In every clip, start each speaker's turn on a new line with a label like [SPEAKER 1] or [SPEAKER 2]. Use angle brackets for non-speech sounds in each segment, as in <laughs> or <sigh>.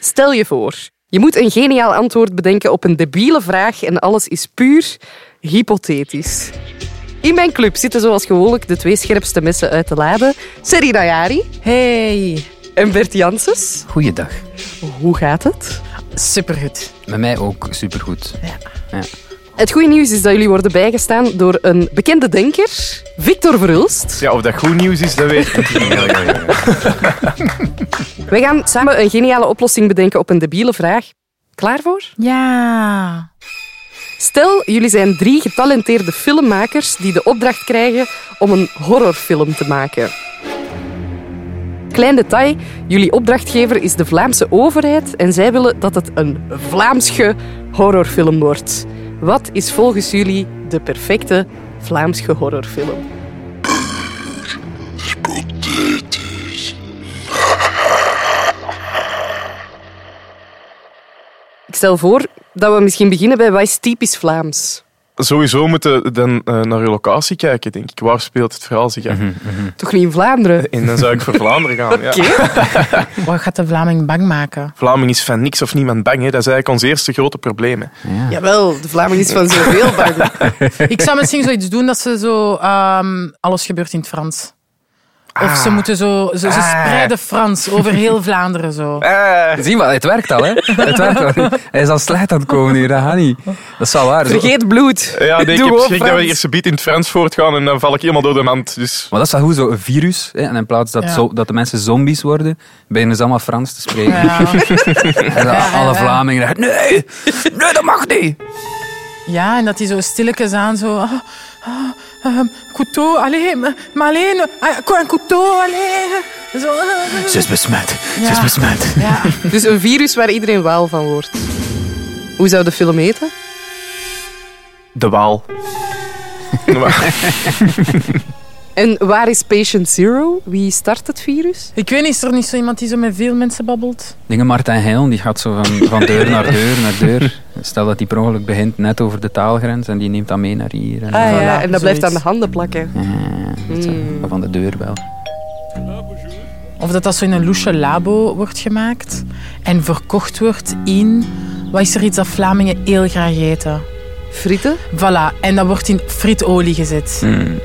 [SPEAKER 1] Stel je voor, je moet een geniaal antwoord bedenken op een debiele vraag en alles is puur hypothetisch. In mijn club zitten zoals gewoonlijk de twee scherpste messen uit de lade. Serena Jari
[SPEAKER 2] Hey,
[SPEAKER 1] en Bert Janssens.
[SPEAKER 3] Goeiedag.
[SPEAKER 1] Hoe gaat het?
[SPEAKER 2] supergoed.
[SPEAKER 3] Met mij ook supergoed.
[SPEAKER 1] Het goede nieuws is dat jullie worden bijgestaan door een bekende denker, Victor Verhulst.
[SPEAKER 4] Ja, of dat goed nieuws is, dat weet ik niet.
[SPEAKER 3] <laughs>
[SPEAKER 4] Ja, ja, ja, ja.
[SPEAKER 1] Wij gaan samen een geniale oplossing bedenken op een debiele vraag. Klaar voor?
[SPEAKER 2] Ja.
[SPEAKER 1] Stel, jullie zijn drie getalenteerde filmmakers die de opdracht krijgen om een horrorfilm te maken. Klein detail, jullie opdrachtgever is de Vlaamse overheid en zij willen dat het een Vlaamsche horrorfilm wordt. Wat is volgens jullie de perfecte Vlaamsche horrorfilm? Ik stel voor dat we misschien beginnen bij wat is typisch Vlaams.
[SPEAKER 4] Sowieso moeten dan eh, naar je locatie kijken, denk ik. Waar speelt het verhaal zich af?
[SPEAKER 1] Toch niet in Vlaanderen?
[SPEAKER 4] En dan zou ik voor Vlaanderen gaan. Ja.
[SPEAKER 2] Wat gaat de Vlaming bang
[SPEAKER 3] <laughs>
[SPEAKER 2] maken?
[SPEAKER 4] Vlaming is van niks of niemand bang. Hè. Dat is eigenlijk ons eerste grote probleem. Hè.
[SPEAKER 1] Jawel, de Vlaming is van zoveel <laughs> bang.
[SPEAKER 2] Ik zou misschien zoiets doen dat ze zo... ehm, alles gebeurt in het Frans. Of
[SPEAKER 3] Ah.
[SPEAKER 2] ze moeten zo... Ze, ze spreiden Frans over heel Vlaanderen
[SPEAKER 3] <laughs>
[SPEAKER 2] zo.
[SPEAKER 3] Ah. Zie maar, het werkt al, hè? Het werkt al. Hij is al slecht aan het komen hier, dat gaat niet. Dat is wel waar. Zo-
[SPEAKER 1] Vergeet bloed.
[SPEAKER 4] Ja, nee, ik
[SPEAKER 1] Doe
[SPEAKER 4] heb
[SPEAKER 1] op,
[SPEAKER 4] schrik dat we
[SPEAKER 1] Frans.
[SPEAKER 4] eerst een beat in het Frans voortgaan en dan val ik helemaal door de mand. Dus
[SPEAKER 3] Maar dat is wel goed, zo, een virus. Hè? En in plaats dat,
[SPEAKER 2] Ja.
[SPEAKER 3] zo, dat de mensen zombies worden, beginnen ze allemaal Frans te spreken.
[SPEAKER 2] Ja.
[SPEAKER 3] En dan alle Vlamingen zeggen, nee, nee, dat mag niet.
[SPEAKER 2] ja, en dat die zo stilletjes aan zo... ah, ah, ehm, couteau, alleen, maar alleen... ah, een couteau, alleen. Zo, ah.
[SPEAKER 3] Ze is besmet, ze
[SPEAKER 2] Ja.
[SPEAKER 3] is besmet.
[SPEAKER 2] Ja.
[SPEAKER 1] Dus een virus waar iedereen waal van wordt. Hoe zou de film heten?
[SPEAKER 4] de <laughs> Waal. Maar-
[SPEAKER 1] En waar is patient zero? Wie start het virus?
[SPEAKER 2] Ik weet niet, is er niet zo iemand die zo met veel mensen babbelt?
[SPEAKER 3] Dingen Martijn Heil, die gaat zo van, van deur naar deur naar deur. Stel dat die per ongeluk begint net over de taalgrens en die neemt dat mee naar hier. En
[SPEAKER 1] Ah
[SPEAKER 2] Voilà,
[SPEAKER 1] ja, en dat blijft
[SPEAKER 2] zoiets.
[SPEAKER 1] aan de handen plakken.
[SPEAKER 3] Zo, Van de deurbel.
[SPEAKER 2] Of dat dat zo in een loesje labo wordt gemaakt en verkocht wordt in... Wat is er iets dat Vlamingen heel graag eten?
[SPEAKER 1] Frieten?
[SPEAKER 2] Voilà, en dat wordt in frietolie gezet.
[SPEAKER 3] Hmm.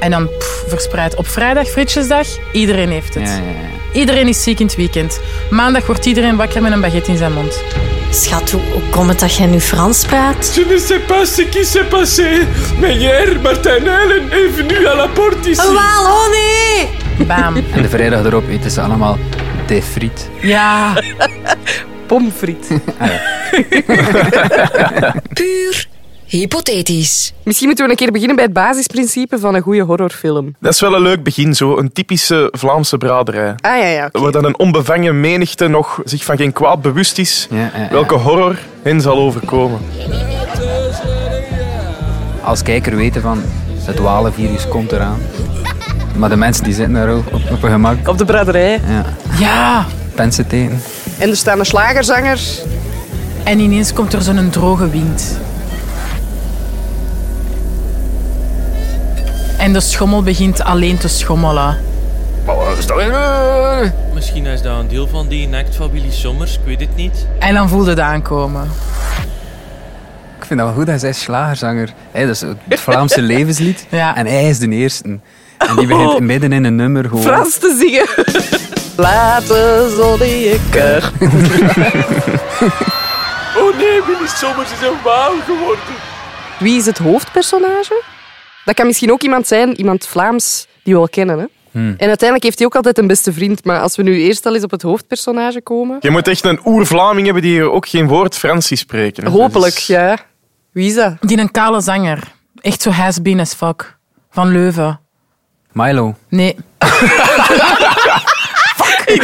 [SPEAKER 2] En dan pff, verspreid. Op vrijdag, frietjesdag, iedereen heeft het.
[SPEAKER 3] Ja, ja, ja.
[SPEAKER 2] Iedereen is ziek in het weekend. Maandag wordt iedereen wakker met een baguette in zijn mond.
[SPEAKER 5] Schat, hoe hoe komt het dat jij nu Frans praat?
[SPEAKER 6] Je ne sais pas ce qui s'est passé, mais hier, Martin Allen est venu à la porte ici.
[SPEAKER 5] Waal, oh nee!
[SPEAKER 3] <laughs>
[SPEAKER 2] Bam.
[SPEAKER 3] En de vrijdag erop eten ze allemaal de friet.
[SPEAKER 2] Ja.
[SPEAKER 1] <laughs> Pomfriet.
[SPEAKER 5] <laughs> Puur hypothetisch.
[SPEAKER 1] Misschien moeten we een keer beginnen bij het basisprincipe van een goede horrorfilm.
[SPEAKER 4] dat is wel een leuk begin, zo. Een typische Vlaamse braderij.
[SPEAKER 1] Ah ja, ja. oké.
[SPEAKER 4] Waar dan een onbevangen menigte nog zich van geen kwaad bewust is.
[SPEAKER 3] Ja, ja, ja.
[SPEAKER 4] Welke horror hen zal overkomen.
[SPEAKER 3] Als kijker weten van het walenvirus komt eraan. Maar de mensen die zitten daar ook op, op hun gemak.
[SPEAKER 1] Op de braderij.
[SPEAKER 3] Ja,
[SPEAKER 2] Ja.
[SPEAKER 3] pensen tegen.
[SPEAKER 1] En er staan een slagerzanger.
[SPEAKER 2] En ineens komt er zo'n droge wind. En de schommel begint alleen te schommelen.
[SPEAKER 7] Misschien is dat een deel van die naaktfamilie Sommers, ik weet het niet.
[SPEAKER 2] En dan voelde het aankomen.
[SPEAKER 3] Ik vind dat wel goed, hij is slagerzanger. Hij, dat is het Vlaamse <laughs> levenslied.
[SPEAKER 2] Ja.
[SPEAKER 3] En hij is de eerste. En die begint midden in een nummer gewoon.
[SPEAKER 1] Frans te zingen. Laat de zon in je keur.
[SPEAKER 6] Oh nee, Willy Sommers is een waal geworden.
[SPEAKER 1] Wie is het hoofdpersonage? Dat kan misschien ook iemand zijn, iemand Vlaams, die we wel kennen. Hè? En uiteindelijk heeft hij ook altijd een beste vriend. Maar als we nu eerst al eens op het hoofdpersonage komen...
[SPEAKER 4] Je moet echt een oer-Vlaming hebben die hier ook geen woord Frans ziet spreken. Dat is-
[SPEAKER 1] Hopelijk, ja. Wie is dat?
[SPEAKER 2] Die een kale zanger. Echt zo has-been as fuck. Van Leuven.
[SPEAKER 3] Milo.
[SPEAKER 2] Nee. <laughs> fuck!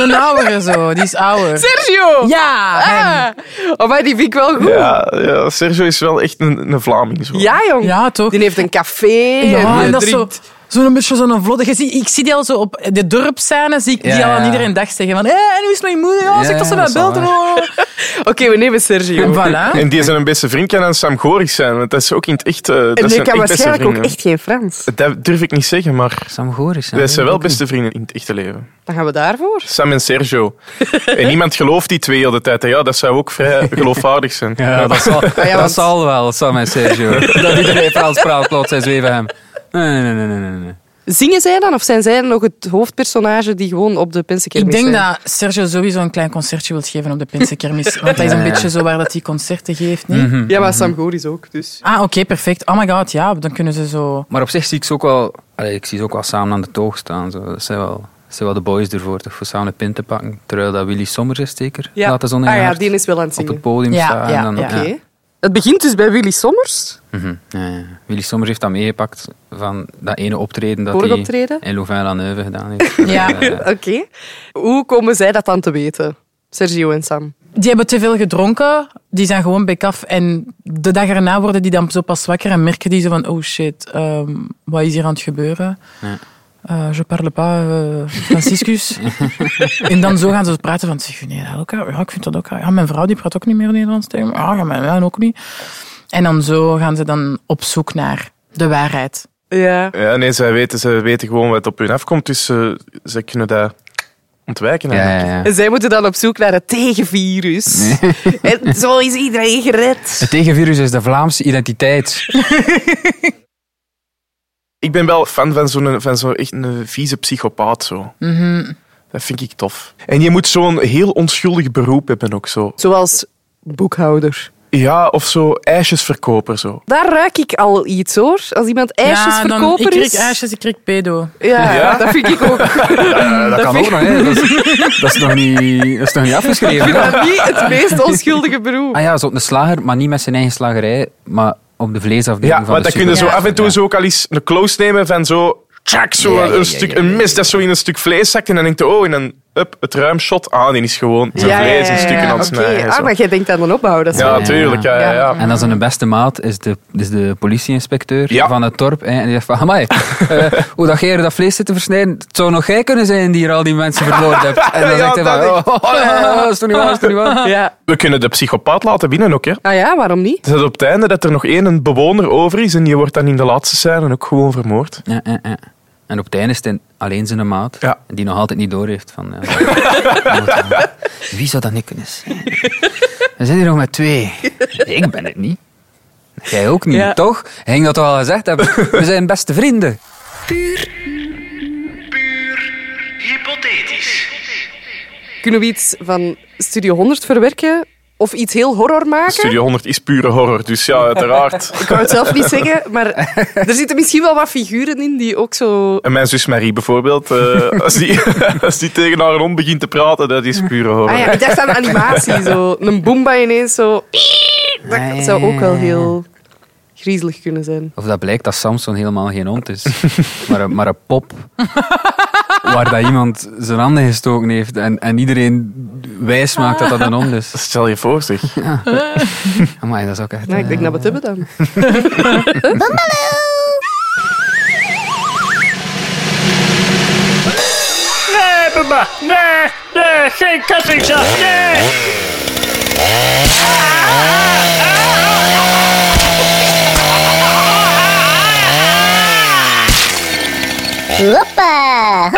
[SPEAKER 2] een oudere zo. Die is ouder.
[SPEAKER 1] Sergio!
[SPEAKER 2] Ja! hem.
[SPEAKER 1] Oh, maar die vind ik wel goed. Ja,
[SPEAKER 4] Ja, ja, Sergio is wel echt een, een Vlaming. Zo.
[SPEAKER 1] jong.
[SPEAKER 2] Ja, toch?
[SPEAKER 1] Die heeft een café.
[SPEAKER 2] Ja,
[SPEAKER 1] en
[SPEAKER 2] en dat is zo,
[SPEAKER 1] drinkt-
[SPEAKER 2] Zo'n beetje zo'n vlotte. Je ziet, ik zie die al zo op de dorpscène, zie ik die
[SPEAKER 3] Ja,
[SPEAKER 2] al aan
[SPEAKER 3] ja.
[SPEAKER 2] iedereen dag zeggen van, hé, en hoe is mijn moeder? Ja,
[SPEAKER 3] Ja,
[SPEAKER 2] zeg dat ze
[SPEAKER 3] ja,
[SPEAKER 2] mij
[SPEAKER 3] dat
[SPEAKER 2] belt.
[SPEAKER 3] is
[SPEAKER 1] Oké, we nemen Sergio.
[SPEAKER 2] En voilà.
[SPEAKER 4] En die zijn een beste vriendje aan Sam Gorig zijn, want dat is ook in het echt... eh, dat
[SPEAKER 1] En die
[SPEAKER 4] zijn
[SPEAKER 1] kan
[SPEAKER 4] echt beste
[SPEAKER 1] waarschijnlijk ook
[SPEAKER 4] vrienden.
[SPEAKER 1] echt geen Frans.
[SPEAKER 4] Dat durf ik niet zeggen, maar
[SPEAKER 3] Sam Goris. hè.
[SPEAKER 4] dat zijn wel beste vrienden in het echte leven.
[SPEAKER 1] Dan gaan we daarvoor.
[SPEAKER 4] Sam en Sergio. En niemand gelooft die twee heel de tijd. En Ja, dat zou ook
[SPEAKER 1] <laughs>
[SPEAKER 4] vrij geloofwaardig zijn.
[SPEAKER 3] Ja, dat zal,
[SPEAKER 1] want-
[SPEAKER 3] dat zal wel, Sam en Sergio. dat iedereen Frans praat, plots en zweven hem. Nee, nee, nee, nee, nee, nee.
[SPEAKER 1] Zingen zij dan? Of zijn zij nog het hoofdpersonage die gewoon op de pensenkermis
[SPEAKER 2] Ik denk
[SPEAKER 1] zijn?
[SPEAKER 2] dat Sergio sowieso een klein concertje wilt geven op de Pinsenkermis. Want dat is een
[SPEAKER 3] Ja, ja.
[SPEAKER 2] beetje zo waar dat hij concerten geeft, niet?
[SPEAKER 1] Ja, maar Sam Goris ook, dus...
[SPEAKER 2] Ah, oké, perfect. Oh my god, ja, dan kunnen
[SPEAKER 3] <laughs>
[SPEAKER 2] ze zo...
[SPEAKER 3] Maar op zich zie ik ze ook wel, allee, ik zie ze ook wel samen aan de toog staan. Zo. Dat zijn wel, dat zijn wel de boys ervoor, toch? Voor samen een pin te pakken. Terwijl dat Willy Sommers is zeker.
[SPEAKER 1] Ja.
[SPEAKER 3] Laat de zon in
[SPEAKER 1] ah
[SPEAKER 3] je
[SPEAKER 1] ja,
[SPEAKER 3] hart
[SPEAKER 1] die is wel aan het
[SPEAKER 3] op
[SPEAKER 1] zingen.
[SPEAKER 3] het podium
[SPEAKER 2] Ja,
[SPEAKER 3] staan.
[SPEAKER 2] ja,
[SPEAKER 3] en dan,
[SPEAKER 2] ja.
[SPEAKER 1] Oké. Het begint dus bij Willy Sommers.
[SPEAKER 3] Mhm, ja, ja. Willy Sommers heeft dat meegepakt van dat ene optreden dat
[SPEAKER 1] Vorig
[SPEAKER 3] hij
[SPEAKER 1] optreden?
[SPEAKER 3] in Louvain-la-Neuve gedaan <laughs> heeft.
[SPEAKER 2] Ja.
[SPEAKER 3] Eh,
[SPEAKER 1] Oké. Hoe komen zij dat dan te weten? Sergio en Sam.
[SPEAKER 2] Die hebben te veel gedronken, die zijn gewoon bek af. En de dag erna worden die dan zo pas wakker en merken die zo van... Oh shit, ehm, wat is hier aan het gebeuren?
[SPEAKER 3] Ja.
[SPEAKER 2] Eh, je parle pas eh, Franciscus. en dan zo gaan ze praten van... Zeg, nee, dat ook, raar. ja, ik vind dat ook... raar. Ja, mijn vrouw die praat ook niet meer Nederlands tegen me. Ah, Ja, ja, mijn man ook niet. En dan zo gaan ze dan op zoek naar de waarheid.
[SPEAKER 1] Ja.
[SPEAKER 4] Ja, nee, zij weten, zij weten gewoon wat op hun afkomt, dus ze zij kunnen dat ontwijken.
[SPEAKER 3] ja,
[SPEAKER 4] eigenlijk.
[SPEAKER 3] ja, ja.
[SPEAKER 1] En zij moeten dan op zoek naar het tegenvirus. En zo is iedereen gered.
[SPEAKER 3] Het tegenvirus is de Vlaamse identiteit.
[SPEAKER 4] Ik ben wel fan van zo'n van zo'n echt een vieze psychopaat. Zo.
[SPEAKER 3] Mhm.
[SPEAKER 4] Dat vind ik tof. En je moet zo'n heel onschuldig beroep hebben ook zo.
[SPEAKER 1] Zoals boekhouder.
[SPEAKER 4] Ja, of zo ijsjesverkoper zo.
[SPEAKER 1] Daar ruik ik al iets hoor. Als iemand ijsjesverkoper
[SPEAKER 2] ja, dan, ik
[SPEAKER 1] is.
[SPEAKER 2] kreeg ijsjes, ik kreeg pedo.
[SPEAKER 1] Ja,
[SPEAKER 4] Ja.
[SPEAKER 1] dat vind ik ook.
[SPEAKER 3] Eh, dat, kan ook nog, hè. Dat is, <laughs> dat is nog, niet, dat is nog niet afgeschreven. hè.
[SPEAKER 1] <laughs> Maar niet het meest onschuldige beroep.
[SPEAKER 3] Ah ja, zo op de slager, maar niet met zijn eigen slagerij, maar op de vleesafdeling
[SPEAKER 4] Ja,
[SPEAKER 3] van de
[SPEAKER 4] maar dat kunnen zo
[SPEAKER 3] supermarkt.
[SPEAKER 4] af en toe
[SPEAKER 3] Ja.
[SPEAKER 4] zo ook al eens een close nemen van zo... Tjak, zo
[SPEAKER 3] Ja, ja,
[SPEAKER 4] een,
[SPEAKER 3] ja,
[SPEAKER 4] stuk,
[SPEAKER 3] ja, ja,
[SPEAKER 4] een mes dat zo in een stuk vlees zakt. En dan denkt je, oh, en dan up, het ruimshot. Ah, die is gewoon zijn vlees in stukken aan het
[SPEAKER 1] Oké,
[SPEAKER 4] snijden.
[SPEAKER 1] ah,
[SPEAKER 4] zo.
[SPEAKER 1] maar jij denkt aan een opbouw. Dat is
[SPEAKER 4] Ja,
[SPEAKER 1] wel-
[SPEAKER 3] Ja.
[SPEAKER 4] tuurlijk. Ja, ja, ja.
[SPEAKER 3] En dan zijn beste maat is de, is de politieinspecteur
[SPEAKER 4] Ja.
[SPEAKER 3] van het dorp. hè. En die zegt van, amai,
[SPEAKER 4] <laughs>
[SPEAKER 3] eh, hoe dat jij hier dat vlees zit te versnijden, het zou nog jij kunnen zijn die hier al die mensen verloren hebt. En dan
[SPEAKER 4] Ja,
[SPEAKER 3] zegt hij van,
[SPEAKER 4] dat
[SPEAKER 3] oh, oh, oh, oh, is toch niet waar, is toch niet
[SPEAKER 4] <laughs>
[SPEAKER 3] waar.
[SPEAKER 1] Ja.
[SPEAKER 4] We kunnen de psychopaat laten binnen ook, hè.
[SPEAKER 1] Ah ja, waarom niet?
[SPEAKER 4] Dat op het einde dat er nog één een bewoner over is en die wordt dan in de laatste scène ook gewoon vermoord.
[SPEAKER 3] Ja, ja, ja. En op het einde is het alleen zijn maat,
[SPEAKER 4] Ja.
[SPEAKER 3] die nog altijd niet door heeft. Van,
[SPEAKER 4] <laughs>
[SPEAKER 3] ja, wie zou dat nu kunnen zijn? We zijn hier nog met twee. Ik ben het niet. Jij ook niet,
[SPEAKER 1] Ja.
[SPEAKER 3] toch? Hij ging dat toch al gezegd hebben? We zijn beste vrienden.
[SPEAKER 1] Kunnen we iets van Studio 100 verwerken? Of iets heel horror maken?
[SPEAKER 4] Studio 100 is pure horror, dus ja, uiteraard.
[SPEAKER 1] <laughs> Ik wou het zelf niet zeggen, maar er zitten misschien wel wat figuren in die ook zo...
[SPEAKER 4] En mijn zus Marie bijvoorbeeld, eh, als, die, <laughs> als die tegen haar hond begint te praten, dat is pure horror.
[SPEAKER 1] Ah ja, ik dacht aan animatie, zo. Een Boomba ineens zo...
[SPEAKER 3] Ah, ja, ja,
[SPEAKER 1] Dat zou ook wel
[SPEAKER 3] ja, ja.
[SPEAKER 1] heel griezelig kunnen zijn.
[SPEAKER 3] Of dat blijkt dat Samson helemaal geen hond is, <laughs> maar een, maar een pop. <laughs> Waar dat iemand zijn handen gestoken heeft en, en iedereen wijs maakt dat dat een hond
[SPEAKER 4] <laughs>
[SPEAKER 3] is.
[SPEAKER 4] Stel je voor, zeg.
[SPEAKER 3] Amai, dat is ook echt...
[SPEAKER 1] Nou, ik denk
[SPEAKER 3] eh,
[SPEAKER 1] dat we het hebben
[SPEAKER 3] <laughs>
[SPEAKER 1] dan.
[SPEAKER 8] Nee, papa. Nee, nee, geen kettingzaag. Nee.
[SPEAKER 9] Hoppa!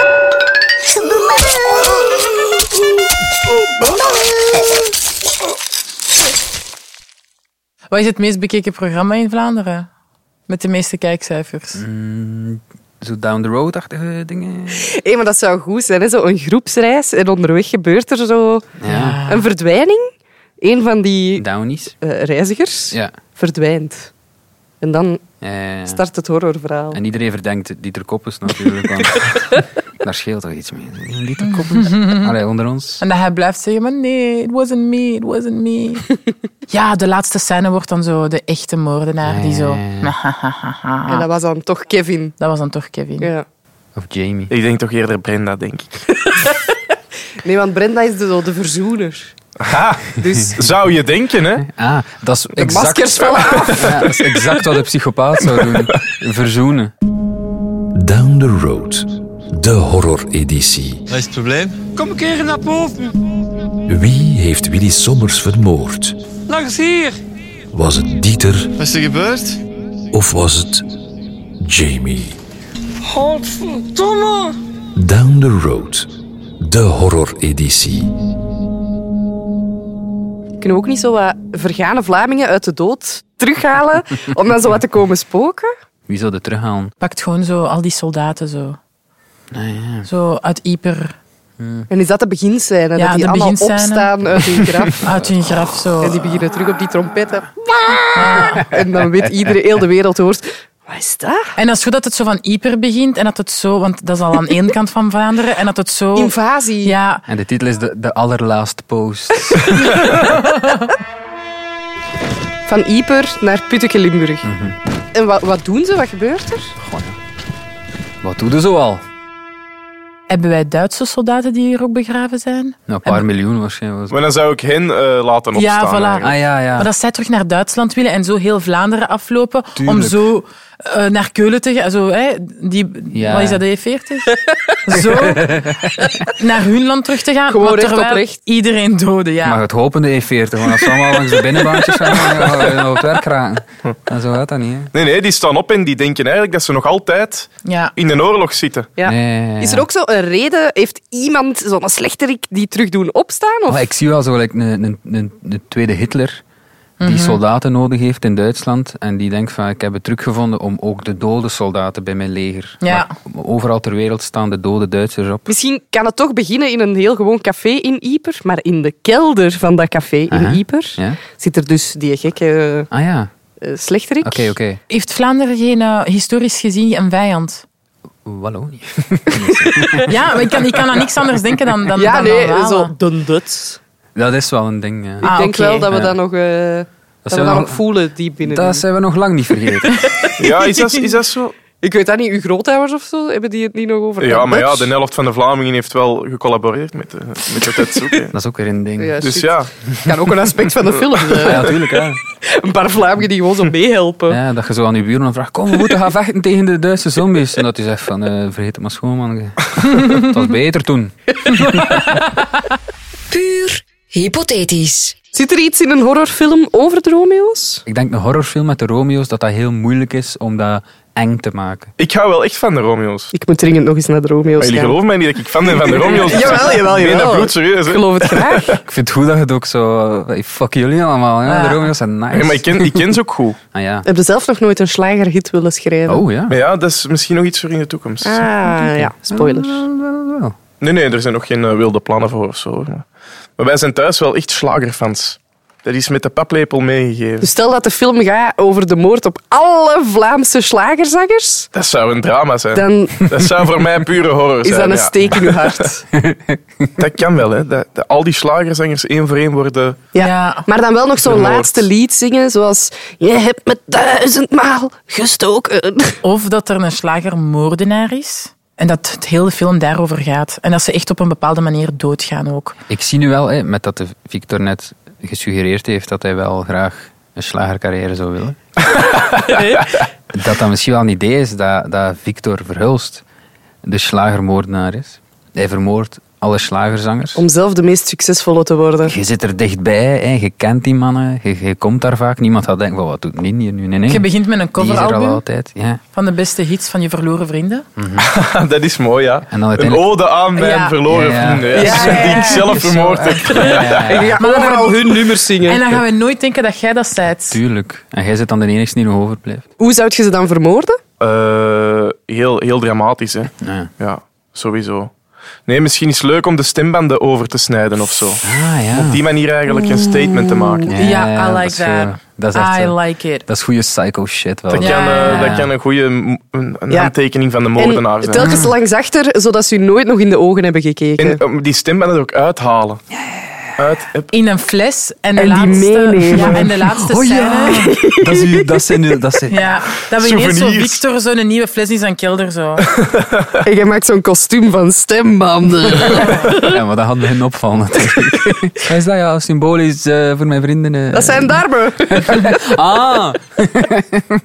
[SPEAKER 2] Wat is het meest bekeken programma in Vlaanderen? Met de meeste kijkcijfers.
[SPEAKER 3] Zo down the road-achtige dingen.
[SPEAKER 1] Hé, maar dat zou goed zijn, hè? zo een groepsreis. En onderweg gebeurt er zo
[SPEAKER 3] Ja.
[SPEAKER 1] een verdwijning. Een van die
[SPEAKER 3] Downies.
[SPEAKER 1] eh, reizigers
[SPEAKER 3] Ja.
[SPEAKER 1] verdwijnt. En dan
[SPEAKER 3] Ja, ja, ja.
[SPEAKER 1] start het horrorverhaal.
[SPEAKER 3] En iedereen verdenkt Dieter Koppens natuurlijk. Want daar scheelt toch iets mee. Dieter Koppens? <laughs> Allee, onder ons.
[SPEAKER 2] En dat hij blijft zeggen, maar nee, it wasn't me, it wasn't me. ja, de laatste scène wordt dan zo de echte moordenaar die zo... <laughs>
[SPEAKER 1] En dat was dan toch Kevin.
[SPEAKER 2] Dat was dan toch
[SPEAKER 3] Ah.
[SPEAKER 2] Kevin.
[SPEAKER 1] Ja.
[SPEAKER 3] Of Jamie.
[SPEAKER 4] Ik denk toch eerder Brenda, denk ik.
[SPEAKER 1] Nee, want Brenda is de, zo de verzoener.
[SPEAKER 4] Ha,
[SPEAKER 1] Dus
[SPEAKER 4] zou je denken, hè?
[SPEAKER 3] Ah, dat is
[SPEAKER 1] de
[SPEAKER 3] <laughs>
[SPEAKER 1] maskers
[SPEAKER 3] exact,
[SPEAKER 1] vallen af.
[SPEAKER 3] ja, dat is exact wat een psychopaat zou doen. Verzoenen.
[SPEAKER 9] Down the Road, de horror-editie.
[SPEAKER 10] Wat is het probleem?
[SPEAKER 8] Kom een keer naar boven.
[SPEAKER 9] Wie heeft Willy Sommers vermoord?
[SPEAKER 8] Langs hier.
[SPEAKER 9] Was het Dieter
[SPEAKER 10] Wat is er gebeurd?
[SPEAKER 9] of was het Jamie?
[SPEAKER 8] Godverdomme.
[SPEAKER 9] Down the Road, de horror-editie.
[SPEAKER 1] Kunnen we ook niet zo wat vergane Vlamingen uit de dood terughalen om dan zo wat te komen spoken?
[SPEAKER 3] Wie zou dat terughalen?
[SPEAKER 2] Pakt gewoon zo al die soldaten zo. Zo uit Yper,
[SPEAKER 1] En is dat de beginscène?
[SPEAKER 2] Ja,
[SPEAKER 1] dat die
[SPEAKER 2] de
[SPEAKER 1] allemaal
[SPEAKER 2] beginscène. Oh.
[SPEAKER 1] opstaan uit hun
[SPEAKER 2] <laughs>
[SPEAKER 1] graf.
[SPEAKER 2] uit hun graf zo.
[SPEAKER 1] En die beginnen terug op die trompetten.
[SPEAKER 2] Ah.
[SPEAKER 1] En dan weet iedereen, heel de wereld hoort... Wat is dat?
[SPEAKER 2] En dat is goed dat het zo van Yper begint en dat het zo, want dat is al aan één kant van Vlaanderen, en dat het zo.
[SPEAKER 1] Invasie.
[SPEAKER 2] Oh. Ja,
[SPEAKER 3] En de titel is De, de Allerlaatste Post.
[SPEAKER 1] Van Ieper naar Putteke Limburg.
[SPEAKER 3] Mhm.
[SPEAKER 1] En wat, wat doen ze? Wat gebeurt er?
[SPEAKER 3] Wat doe je zo al?
[SPEAKER 2] hebben wij Duitse soldaten die hier ook begraven zijn?
[SPEAKER 3] Nou, een paar miljoen waarschijnlijk.
[SPEAKER 4] <laughs> Maar dan zou ik hen eh, laten
[SPEAKER 2] Ja,
[SPEAKER 4] opstaan.
[SPEAKER 2] voilà.
[SPEAKER 4] eigenlijk.
[SPEAKER 3] Ah ja, ja.
[SPEAKER 2] Maar dat zij terug naar Duitsland willen en zo heel Vlaanderen aflopen om
[SPEAKER 3] Tuurlijk.
[SPEAKER 2] zo eh, naar Keulen te gaan. Zo, hè, die,
[SPEAKER 3] Ja.
[SPEAKER 2] Wat is dat,
[SPEAKER 3] <laughs>
[SPEAKER 2] E40? zo naar hun land terug te gaan,
[SPEAKER 1] Gewoon
[SPEAKER 2] maar
[SPEAKER 1] recht op
[SPEAKER 2] terwijl
[SPEAKER 1] recht.
[SPEAKER 2] iedereen doden. Ja.
[SPEAKER 3] Maar het hopende E40, want als ze allemaal langs de binnenbaantjes gaan, dan gaan we op het werk raken.
[SPEAKER 2] <laughs>
[SPEAKER 3] En zo gaat dat niet, hè.
[SPEAKER 4] Nee, nee, die staan op en die denken eigenlijk dat ze nog altijd
[SPEAKER 2] ja.
[SPEAKER 4] in een oorlog zitten.
[SPEAKER 1] Ja.
[SPEAKER 3] Nee, ja, ja.
[SPEAKER 1] Is er ook zo'n reden? Heeft iemand zo'n slechterik die terug doen opstaan? Of?
[SPEAKER 3] Maar ik zie wel zo like, een, een, een, een tweede Hitler die
[SPEAKER 2] Mhm.
[SPEAKER 3] soldaten nodig heeft in Duitsland en die denkt van ik heb een truc gevonden om ook de dode soldaten bij mijn leger.
[SPEAKER 2] Ja.
[SPEAKER 3] Maar overal ter wereld staan de dode Duitsers op.
[SPEAKER 1] Misschien kan het toch beginnen in een heel gewoon café in Ieper, maar in de kelder van dat café in
[SPEAKER 3] Aha.
[SPEAKER 1] Ieper
[SPEAKER 3] Ja?
[SPEAKER 1] zit er dus die gekke
[SPEAKER 3] Ah ja,
[SPEAKER 1] eh, slechterik.
[SPEAKER 3] oké, oké.
[SPEAKER 2] Heeft Vlaanderen geen, eh, historisch gezien een vijand?
[SPEAKER 3] Wallonië.
[SPEAKER 2] Ja, maar ik kan, ik kan aan niks anders denken dan... dan
[SPEAKER 1] Ja,
[SPEAKER 2] dan
[SPEAKER 1] nee,
[SPEAKER 2] Walen.
[SPEAKER 1] zo de Duts.
[SPEAKER 3] Dat is wel een ding. ja.
[SPEAKER 2] Ah,
[SPEAKER 1] ik denk
[SPEAKER 2] oké.
[SPEAKER 1] wel dat we
[SPEAKER 3] Ja.
[SPEAKER 1] dat nog, eh, dat we
[SPEAKER 3] zijn
[SPEAKER 1] dat
[SPEAKER 3] we
[SPEAKER 1] nog
[SPEAKER 3] nog-
[SPEAKER 1] voelen die binnen.
[SPEAKER 3] Dat zijn we nog lang niet vergeten.
[SPEAKER 4] Ja, is dat, is dat zo?
[SPEAKER 1] Ik weet dat niet, uw grootouders of zo, hebben die het niet nog over?
[SPEAKER 4] Ja,
[SPEAKER 1] de
[SPEAKER 4] maar ja,
[SPEAKER 1] Duts?
[SPEAKER 4] de helft van de Vlamingen heeft wel gecollaboreerd met, de, met het Tetsoek. hè.
[SPEAKER 3] dat is ook weer een ding.
[SPEAKER 1] Ja,
[SPEAKER 4] Dus
[SPEAKER 1] shit.
[SPEAKER 4] ja,
[SPEAKER 1] kan ook een aspect van de
[SPEAKER 4] <laughs>
[SPEAKER 1] film zijn.
[SPEAKER 3] Ja, natuurlijk. Ja.
[SPEAKER 1] Een paar Vlamingen die gewoon zo meehelpen.
[SPEAKER 3] Ja, dat je zo aan je buurman vraagt, kom, we moeten gaan vechten tegen de Duitse zombies. En dat hij zegt van, eh, vergeet het maar <laughs> schoonman. Het was beter toen.
[SPEAKER 5] Puur hypothetisch.
[SPEAKER 1] Zit er iets in een horrorfilm over de Romeo's?
[SPEAKER 3] Ik denk een horrorfilm met de Romeo's, dat dat heel moeilijk is om dat eng te maken.
[SPEAKER 4] ik hou wel echt van de Romeo's.
[SPEAKER 1] Ik moet dringend nog eens naar de
[SPEAKER 4] Maar
[SPEAKER 1] Romeo's
[SPEAKER 4] jullie
[SPEAKER 1] gaan.
[SPEAKER 4] geloven mij niet dat ik fan ben van de Romeo's.
[SPEAKER 1] <laughs> Jawel, jawel,
[SPEAKER 4] Ik ben dat
[SPEAKER 1] jawel.
[SPEAKER 4] bloed serieus.
[SPEAKER 1] Ik
[SPEAKER 4] hè.
[SPEAKER 1] geloof het graag.
[SPEAKER 3] Ik vind het goed dat je het ook zo... eh, hey, fuck jullie allemaal, ja.
[SPEAKER 2] Ja.
[SPEAKER 3] de Romeo's zijn nice.
[SPEAKER 4] Nee, maar ik ken, ik ken ze ook goed.
[SPEAKER 3] Ah ja.
[SPEAKER 1] <laughs> Heb je zelf nog nooit een slagerhit willen schrijven?
[SPEAKER 3] Oh ja.
[SPEAKER 4] Maar ja, dat is misschien nog iets voor in de toekomst.
[SPEAKER 1] Ah, ja. Spoilers.
[SPEAKER 4] Nee, nee, er zijn nog geen eh, wilde plannen voor of zo. hoor. Maar maar wij zijn thuis wel echt slagerfans. Dat is met de paplepel meegegeven.
[SPEAKER 1] Dus stel dat de film gaat over de moord op alle Vlaamse slagerzangers,
[SPEAKER 4] Dat zou een drama zijn.
[SPEAKER 1] dan
[SPEAKER 4] Dat Eh, <laughs> zou voor mij pure
[SPEAKER 1] <laughs>
[SPEAKER 4] horror
[SPEAKER 1] is
[SPEAKER 4] zijn.
[SPEAKER 1] dat een
[SPEAKER 4] ja.
[SPEAKER 1] steek in uw hart.
[SPEAKER 4] <laughs> Dat kan wel, hè. Dat, dat al die slagerzangers één voor één worden... <laughs>
[SPEAKER 1] Ja.
[SPEAKER 2] Ja.
[SPEAKER 1] Maar dan wel nog zo'n
[SPEAKER 4] Vermoord.
[SPEAKER 1] laatste lied zingen, zoals... Je hebt me duizendmaal gestoken.
[SPEAKER 2] Of dat er een slagermoordenaar is. En dat het hele film daarover gaat. En dat ze echt op een bepaalde manier doodgaan ook.
[SPEAKER 3] Ik zie nu wel, hè, met dat de Victor net gesuggereerd heeft dat hij wel graag een slagercarrière zou willen. dat dat misschien wel een idee is dat, dat Victor Verhulst de slagermoordenaar is. Hij vermoordt alle slagerzangers.
[SPEAKER 1] <laughs> Om zelf de meest succesvolle te worden.
[SPEAKER 3] Je zit er dichtbij, hè. je kent die mannen, je, je komt daar vaak. Niemand gaat denken, van, wat doet Nien hier nu? Nee, nee.
[SPEAKER 2] Je begint met een
[SPEAKER 3] die is er al
[SPEAKER 2] coveralbum
[SPEAKER 3] altijd. Ja.
[SPEAKER 2] van de beste hits van je verloren vrienden.
[SPEAKER 4] dat is mooi, ja.
[SPEAKER 3] En dan
[SPEAKER 4] Een
[SPEAKER 3] uiteindelijk...
[SPEAKER 4] ode aan mijn
[SPEAKER 2] Ja.
[SPEAKER 4] verloren
[SPEAKER 3] Ja, ja.
[SPEAKER 4] vrienden. Ja.
[SPEAKER 1] Ja, ja,
[SPEAKER 4] <laughs> Die
[SPEAKER 1] ja.
[SPEAKER 4] ik zelf vermoord heb.
[SPEAKER 3] <laughs> Ja, ja, ja.
[SPEAKER 1] Maar
[SPEAKER 2] dan-
[SPEAKER 1] overal Oh, hun nummers zingen.
[SPEAKER 2] En dan gaan we nooit denken dat jij dat zijt.
[SPEAKER 3] Tuurlijk. En jij zit dan de enigste die nog overblijft.
[SPEAKER 1] Hoe zou je ze dan vermoorden?
[SPEAKER 4] Eh, heel, heel dramatisch, hè.
[SPEAKER 3] Ja.
[SPEAKER 4] Ja, sowieso. Nee, misschien is het leuk om de stembanden over te snijden of zo.
[SPEAKER 3] Ah ja.
[SPEAKER 4] Op die manier eigenlijk een statement te maken.
[SPEAKER 2] Ja, I
[SPEAKER 3] dat
[SPEAKER 2] like
[SPEAKER 3] is wel-
[SPEAKER 2] that.
[SPEAKER 3] Dat is echt
[SPEAKER 2] I
[SPEAKER 3] zo.
[SPEAKER 2] like it.
[SPEAKER 3] Dat is goede psycho shit wel.
[SPEAKER 4] Dat,
[SPEAKER 2] Ja.
[SPEAKER 4] kan, eh,
[SPEAKER 3] Ja.
[SPEAKER 4] dat kan een goede m- een, een
[SPEAKER 1] Ja.
[SPEAKER 4] handtekening van de moordenaar
[SPEAKER 1] En
[SPEAKER 4] zijn.
[SPEAKER 1] telkens
[SPEAKER 4] eh,
[SPEAKER 1] langs achter, zodat ze u nooit nog in de ogen hebben gekeken.
[SPEAKER 4] En om die stembanden er ook uithalen. uit heb.
[SPEAKER 2] in een fles. En,
[SPEAKER 1] En
[SPEAKER 2] de
[SPEAKER 1] die
[SPEAKER 2] laatste,
[SPEAKER 1] meenemen.
[SPEAKER 2] Ja, en de laatste
[SPEAKER 3] Oh
[SPEAKER 2] scène...
[SPEAKER 3] ja,
[SPEAKER 1] <laughs>
[SPEAKER 3] dat, is <laughs> uw- dat zijn uw- dat zijn,
[SPEAKER 2] Ja, dat we ineens zo
[SPEAKER 4] Souvenirs.
[SPEAKER 2] Victor zo'n nieuwe fles in zijn kelder zo.
[SPEAKER 1] En jij maakt zo'n kostuum van
[SPEAKER 4] <laughs>
[SPEAKER 1] stembanden.
[SPEAKER 3] Ja, maar dat had hen opvallen natuurlijk. Wat <laughs> is dat ja, symbolisch eh, voor mijn vrienden? eh.
[SPEAKER 1] Dat zijn darmen.
[SPEAKER 3] Ah!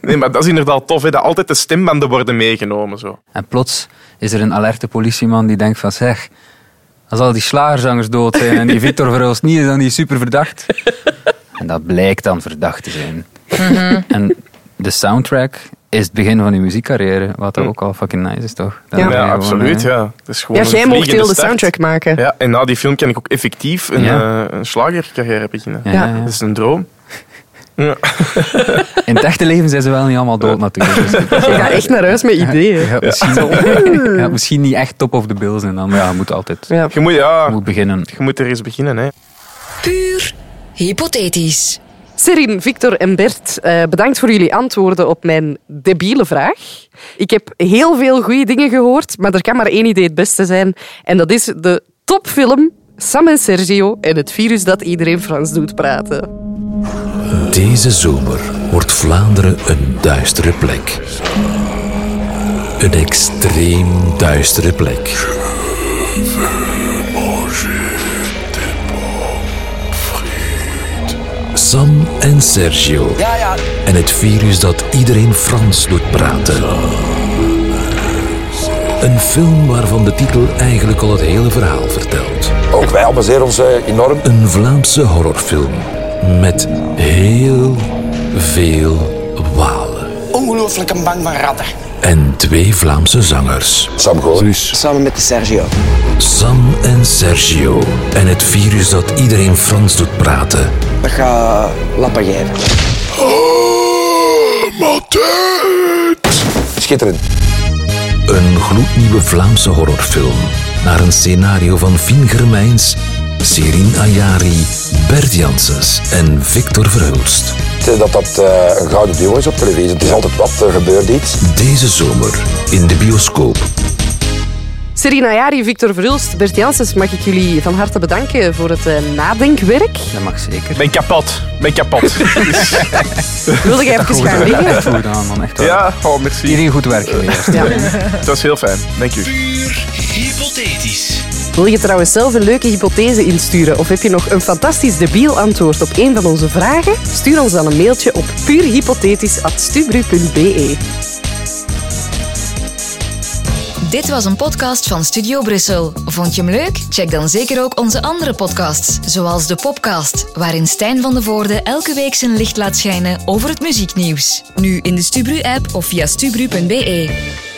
[SPEAKER 4] Nee, maar dat is inderdaad tof, hè, dat altijd de stembanden worden meegenomen. Zo.
[SPEAKER 3] En plots is er een alerte politieman die denkt van zeg, als al die slagerzangers dood zijn <laughs> en die Victor Verhulst niet is, dan die is super verdacht. En dat blijkt dan verdacht te zijn.
[SPEAKER 1] Mhm.
[SPEAKER 3] En de soundtrack is het begin van uw muziekcarrière, wat dat ook al fucking nice is, toch? Dan
[SPEAKER 1] Hm. Ja.
[SPEAKER 3] ben
[SPEAKER 4] Ja,
[SPEAKER 3] je gewoon,
[SPEAKER 4] absoluut.
[SPEAKER 3] eh,
[SPEAKER 4] Ja. Het is gewoon
[SPEAKER 1] Ja,
[SPEAKER 4] een
[SPEAKER 1] jij mocht
[SPEAKER 4] vliegende
[SPEAKER 1] heel de
[SPEAKER 4] start.
[SPEAKER 1] soundtrack maken.
[SPEAKER 4] Ja, en na die film kan ik ook effectief een,
[SPEAKER 3] Ja.
[SPEAKER 4] eh, een slagercarrière beginnen.
[SPEAKER 3] ja, ja.
[SPEAKER 4] Dat is een droom.
[SPEAKER 3] In het echte leven zijn ze wel niet allemaal dood natuurlijk. Dus het is
[SPEAKER 1] Je
[SPEAKER 3] wel-
[SPEAKER 1] gaat echt naar huis met ideeën.
[SPEAKER 3] ja, misschien, ja, misschien niet echt top of the bills en dan, maar ja, je moet altijd
[SPEAKER 1] Ja.
[SPEAKER 4] Je moet, ja,
[SPEAKER 3] moet beginnen.
[SPEAKER 4] je moet er eens beginnen. Hè.
[SPEAKER 5] Puur hypothetisch.
[SPEAKER 1] Serin, Victor en Bert, eh, bedankt voor jullie antwoorden op mijn debiele vraag. Ik heb heel veel goede dingen gehoord, maar er kan maar één idee het beste zijn. En dat is de topfilm Sam en Sergio en het virus dat iedereen Frans doet praten.
[SPEAKER 9] Deze zomer wordt Vlaanderen een duistere plek. Een extreem duistere plek. Sam en Sergio. En het virus dat iedereen Frans doet praten. Een film waarvan de titel eigenlijk al het hele verhaal vertelt.
[SPEAKER 10] Ook wij amuseren ons eh, enorm.
[SPEAKER 9] Een Vlaamse horrorfilm met heel veel walen.
[SPEAKER 10] Ongelooflijk een bang van ratten.
[SPEAKER 9] En twee Vlaamse zangers,
[SPEAKER 10] Sam Goris. Samen met de Sergio.
[SPEAKER 9] Sam en Sergio. En het virus dat iedereen Frans doet praten.
[SPEAKER 10] Dat gaat lappen geven. Oh, Schitterend.
[SPEAKER 9] Een gloednieuwe Vlaamse horrorfilm. Naar een scenario van Fien Germijns, Serin Ayari, Bert Janssens en Victor Verhulst.
[SPEAKER 10] Eh, Dat dat eh, een gouden duo is op televisie. Het is altijd wat, er gebeurt iets.
[SPEAKER 9] Deze zomer in de bioscoop.
[SPEAKER 1] Serena Jari, Victor Verhulst, Bert Janssens, mag ik jullie van harte bedanken voor het eh, nadenkwerk.
[SPEAKER 3] Dat mag zeker.
[SPEAKER 4] Ben kapot. Ben kapot. Dus-
[SPEAKER 1] Wilde jij even gaan liggen?
[SPEAKER 3] Echt goed gedaan, man. Echt waar.
[SPEAKER 4] ja, oh, merci.
[SPEAKER 3] Iedereen goed werk geleverd.
[SPEAKER 4] Het was heel fijn. Dank u.
[SPEAKER 1] Wil je trouwens zelf een leuke hypothese insturen of heb je nog een fantastisch debiel antwoord op een van onze vragen? Stuur ons dan een mailtje op puurhypothetisch.stubru.be.
[SPEAKER 5] Dit was een podcast van Studio Brussel. Vond je hem leuk? Check dan zeker ook onze andere podcasts, zoals de Popcast, waarin Stijn van de Voorde elke week zijn licht laat schijnen over het muzieknieuws. Nu in de Stubru-app of via stubru.be.